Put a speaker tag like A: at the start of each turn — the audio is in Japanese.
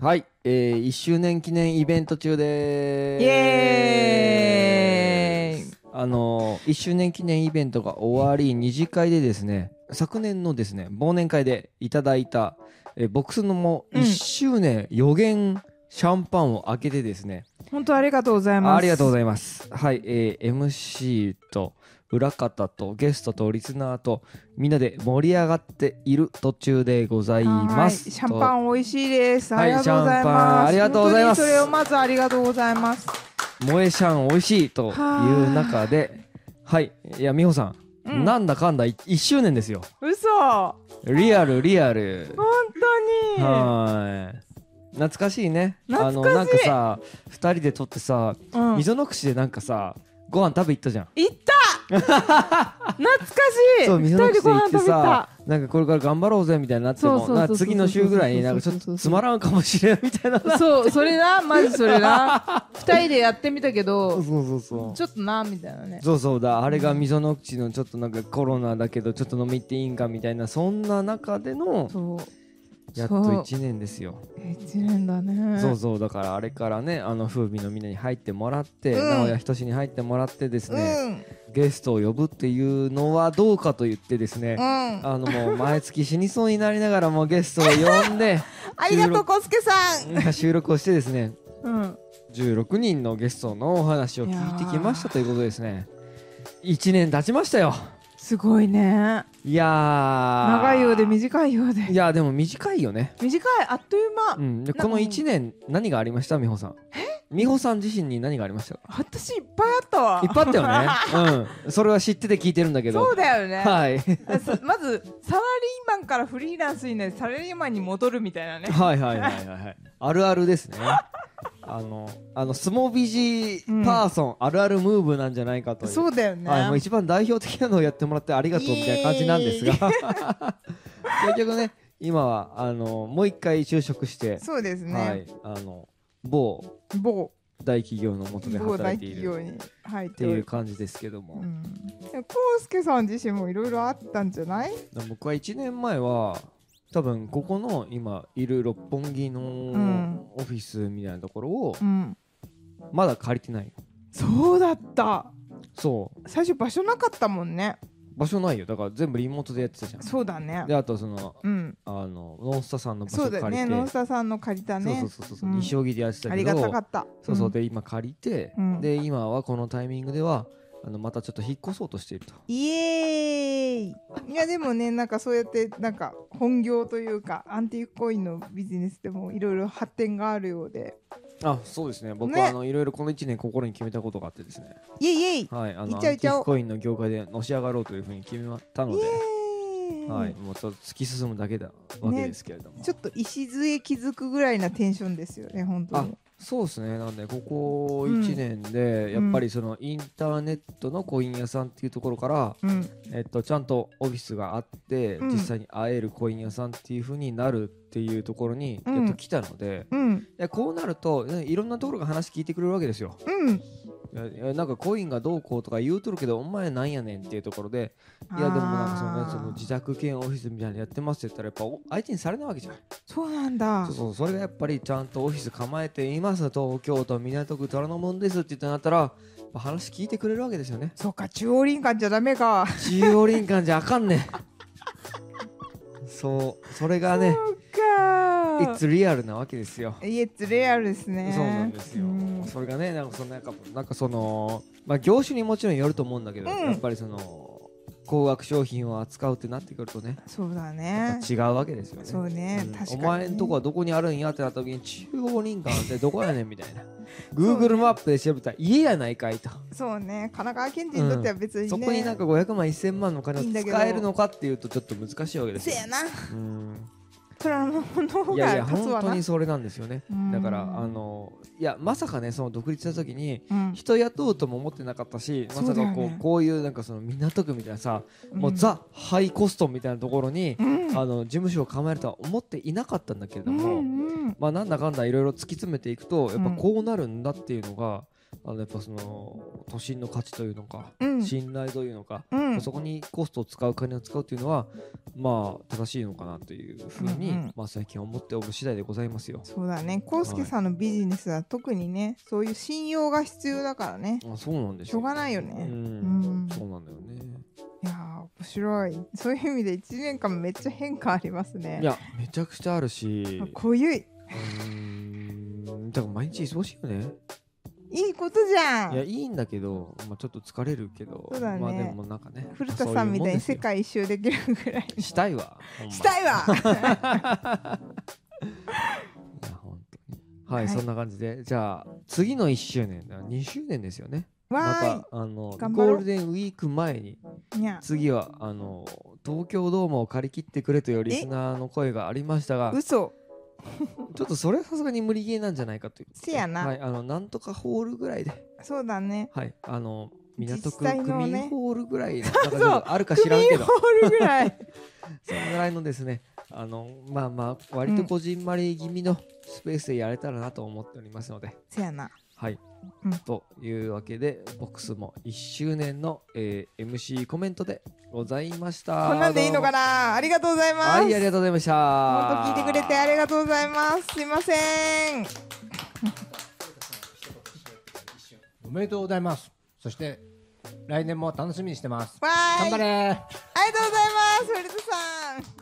A: はい、えー、1周年記念イベント中でーす
B: イエーイ
A: あのー、1周年記念イベントが終わり二次会でですね昨年のですね忘年会でいただいた、えー、ボックスのも
B: うん
A: 1周年予言シャンパンを開けてですね、
B: 本当ありがとうございます
A: ありがとうご
B: い
A: ざいますはい、えー、MC と裏方とゲストとリスナーとみんなで盛り上がっている途中でございます
B: シャンパン美味しいです
A: は
B: あ
A: い
B: りがとうございま
A: シャンパ
B: す、
A: ンありがとうございます
B: 本当にそれをまずありがとうございます
A: 萌えシャン美味しいという中ではいいや美穂さん、
B: うん
A: なんだかんだ1周年ですよ
B: 嘘本
A: リアルリアル
B: 当
A: はーい懐かしいねあの
B: 懐
A: なん
B: かし
A: か
B: い
A: さ2人で撮ってさ
B: に、うん、
A: 溝の口でなんかさご飯食べ行ったじゃん
B: 行った懐かしい
A: そう溝
B: 二
A: の
B: 人で
A: 口で
B: ご
A: 行
B: 飯
A: って
B: 食べた
A: さなんかこれから頑張ろうぜみたいになって
B: そう
A: も
B: そうそうそう
A: なんか次の週ぐらいになんかちょっとつまらんかもしれんみたいなそう
B: そうそれなマジそ れな二人でやってみたけど
A: そうそう
B: ちょっとなみたいなね
A: そうそうだあれが溝の口のちょっとなんかコロナだけどちょっと飲み行っていいんかみたいなそんな中での
B: そう
A: やっと
B: そう
A: 1年ですよ
B: 一年だね
A: そうそうだからあれからねあの風味のみんなに入ってもらって
B: うん
A: 直哉仁に入ってもらってですね
B: ん
A: ゲストを呼ぶっていうのはどうかと言ってですね
B: うん
A: あのもう毎月死にそうになりながらもゲストを呼ん で
B: ありがとう、コスケさん。
A: 収録をしてですね
B: うん、
A: 16人のゲストのお話を聞いてきましたということですね1年経ちましたよ
B: すごいね。
A: いやー
B: 長いようで短いようで。
A: いやでも短いよね、
B: 短い、あっという間。
A: うん、で
B: なんか
A: この1年何がありました美穂さん美穂さん自身に何がありましたか
B: 私いっぱいあったわ
A: いっ。ぱいあったよ ねうんそれは知ってて聞いてるんだけど
B: そうだよね。
A: はい
B: そまず、サラリーマンからフリーランスになり、サラリーマンに戻るみたいなね。
A: はいはいはいはいはいあるあるですねあのあの相撲美人パーソン、あるあるムーブなんじゃないかという
B: そうだよ
A: はい、もう
B: ね。
A: 一番代表的なのをやってもらってありがとうみたいな感じなんです が 結局ね今はあのもう一回就職して、
B: そうです
A: は
B: ね。
A: い、あの某
B: 某、
A: 大企業の下で
B: 某
A: 働
B: 大
A: いてい
B: 企
A: る
B: 業に入っ
A: って
B: てお
A: いう
B: る。
A: 感じですけども、
B: うんでもコウスケさん自身もいろいろあったんじゃない
A: 僕は1年前は多分ここの今いる六本木
B: ん
A: のオフィスみたいなところを
B: うん。
A: まだ借りてないよ
B: そうだった。
A: そう
B: 最初場所なかったもんね。
A: 場所ないよだから全部リモートでやってたじゃん
B: そうだね
A: で。あとその
B: うん。
A: あのノンスタさんの場
B: そ
A: 所
B: うだよ
A: 借り
B: ね。
A: て
B: ノンスタさんの借りたね。
A: そうそうそうそう、
B: うん
A: 西荻でやってたけど
B: ありがたかった。
A: そうそう、
B: ん
A: で今借りて、
B: うん
A: で今はこのタイミングではあのまたちょっと引っ越そうとしていると
B: イエーイいやでもねなんかそうやってなんか本業というかアンティークコインのビジネスでもいろいろ発展があるようで
A: あそうですね僕は、
B: ね
A: あのいろいろこの1年心に決めたことがあってですね
B: イエイイエイイ
A: はいあの
B: い
A: ア
B: っ
A: ン
B: ち
A: ティ
B: ゃおういっちゃおう
A: ークコインの業界でのし上がろうというふうに決めたので、
B: エーイ、
A: はい、もうちょっと突き進むだけだわけですけれども、
B: ちょっと礎気づくぐらいなテンションですよね本当に
A: そうですねなんでここ1年でやっぱりそのインターネットのコイン屋さんっていうところから、
B: うん
A: えっと、ちゃんとオフィスがあって、
B: うん
A: 実際に会えるコイン屋さんっていうふうになるっていうところに
B: う
A: や
B: ん
A: っと来たので、
B: うん
A: いやこうなるとねいろんなところが話聞いてくれるわけですよ
B: うん
A: いやいやなんかコインがどうこうとか言うとるけどお前なんやねんっていうところでいやでもなんかその,、ね、その自宅兼オフィスみたいなのやってますって言ったらやっぱお相手にされないわけじゃん
B: そうなんだ
A: そうそうそれがやっぱりちゃんとオフィス構えています東京都港区虎ノ門ですって言ってなったらやっぱ話聞いてくれるわけですよ ね
B: そうか中央林間じゃダメか
A: 中央林間じゃあかんね んそうそれがね
B: そうか
A: いつリアルなわけですよ
B: イエッツレアルですね
A: そうなんですよ、
B: うん
A: それがねなんかそのなんかなんかその、まあ、業種にもちろんよると思うんだけど、
B: うん
A: やっぱりその高額商品を扱うってなってくるとね
B: そうだ
A: や
B: ね
A: っぱ違うわけですよね
B: そうね
A: ん
B: 確かに
A: お前んとこはどこにあるんやってなった時に中央林間ってどこやねんみた いな Google マップで調べたら家やないかいと、
B: そうね神奈川県人にとっては別にね、
A: そこになんか500万1000万のお金を
B: いいんだけど
A: 使えるのかっていうとちょっと難しいわけです
B: せ
A: よ
B: やな
A: うん
B: 虎ノ門の方
A: いやいや
B: が勝つ
A: 本
B: わ
A: 当
B: な
A: にそれなんですよね
B: うん
A: だからあのいやまさかねその独立した時に
B: うん
A: 人雇うとも思ってなかったし、ま
B: そ
A: さ
B: うだよ
A: か
B: ね
A: こうこういうなんかその港区みたいなさ、もう
B: うん
A: ザ・ハイコストみたいなところに、
B: うん
A: あの事務所を構えるとは思っていなかったんだけれど
B: うん
A: も、
B: うん
A: まあなんだかんだいろいろ突き詰めていくとやっぱ
B: うん
A: こうなるんだっていうのが、あのやっぱその都心の価値というのか、
B: うん
A: 信頼というのか、
B: うん
A: そこにコストを使う金を使うというのはまあ正しいのかなというふうに、
B: うんうん
A: まあ、最近思っておる次第でございますよ。
B: そうだねコウスケさんのビジネスは特にねそういう信用が必要だからね
A: あそうなんで
B: しょうがないよ
A: うん、
B: ねうん
A: そうなんだよね。
B: いやー面白いそういう意味で1年間めっちゃ変化ありますね
A: いやめちゃくちゃあるし、
B: 濃ゆいう
A: ーんだから毎日忙しいよね。
B: いいことじゃ
A: いや
B: ん
A: いいんだけど、まあ、ちょっと疲れるけど、
B: そうだね
A: まあでもなんかね
B: 古田さんみたいに世
A: そううも
B: 界一周できるぐらい
A: んですよ したいわ。ほんま
B: したいわ
A: いや本当にはい、
B: はい
A: そんな感じでじゃあ次の1周年だ2周年ですよねま
B: わ
A: たあのゴ
B: 頑張ろう
A: ールデンウィーク前に
B: ーいにゃ
A: 次はあの東京ドームを借り切ってくれというリスナーの声がありましたが
B: 嘘
A: ちょっとそれはさすがに無理ゲーなんじゃないかということで
B: せやな
A: はい、あのなんとかホールぐらいで
B: そうだね
A: はいあの港区
B: 実際の
A: 区
B: ね
A: 民ホールぐらいの、なんかちょっとあるか知らん
B: ク
A: け
B: ミ
A: ど
B: ホールぐら い
A: そのぐらいのですね、あの、まあまあ、割とこじんまり気味のスペースでやれたらなと思っておりますので、
B: せやな
A: はい。
B: うん
A: というわけで、ボックスも1周年の、えー MC コメントでございました。
B: こんなんでいいのか
A: な
B: なありがとうございます
A: はい、ありがとうございました。
B: 本当聞いてくれてありがとうございますすいません
C: おめでとうございます。そして来年も楽しみにしてます。
B: わーい
C: 頑張れー。
B: ありがとうございます古田さん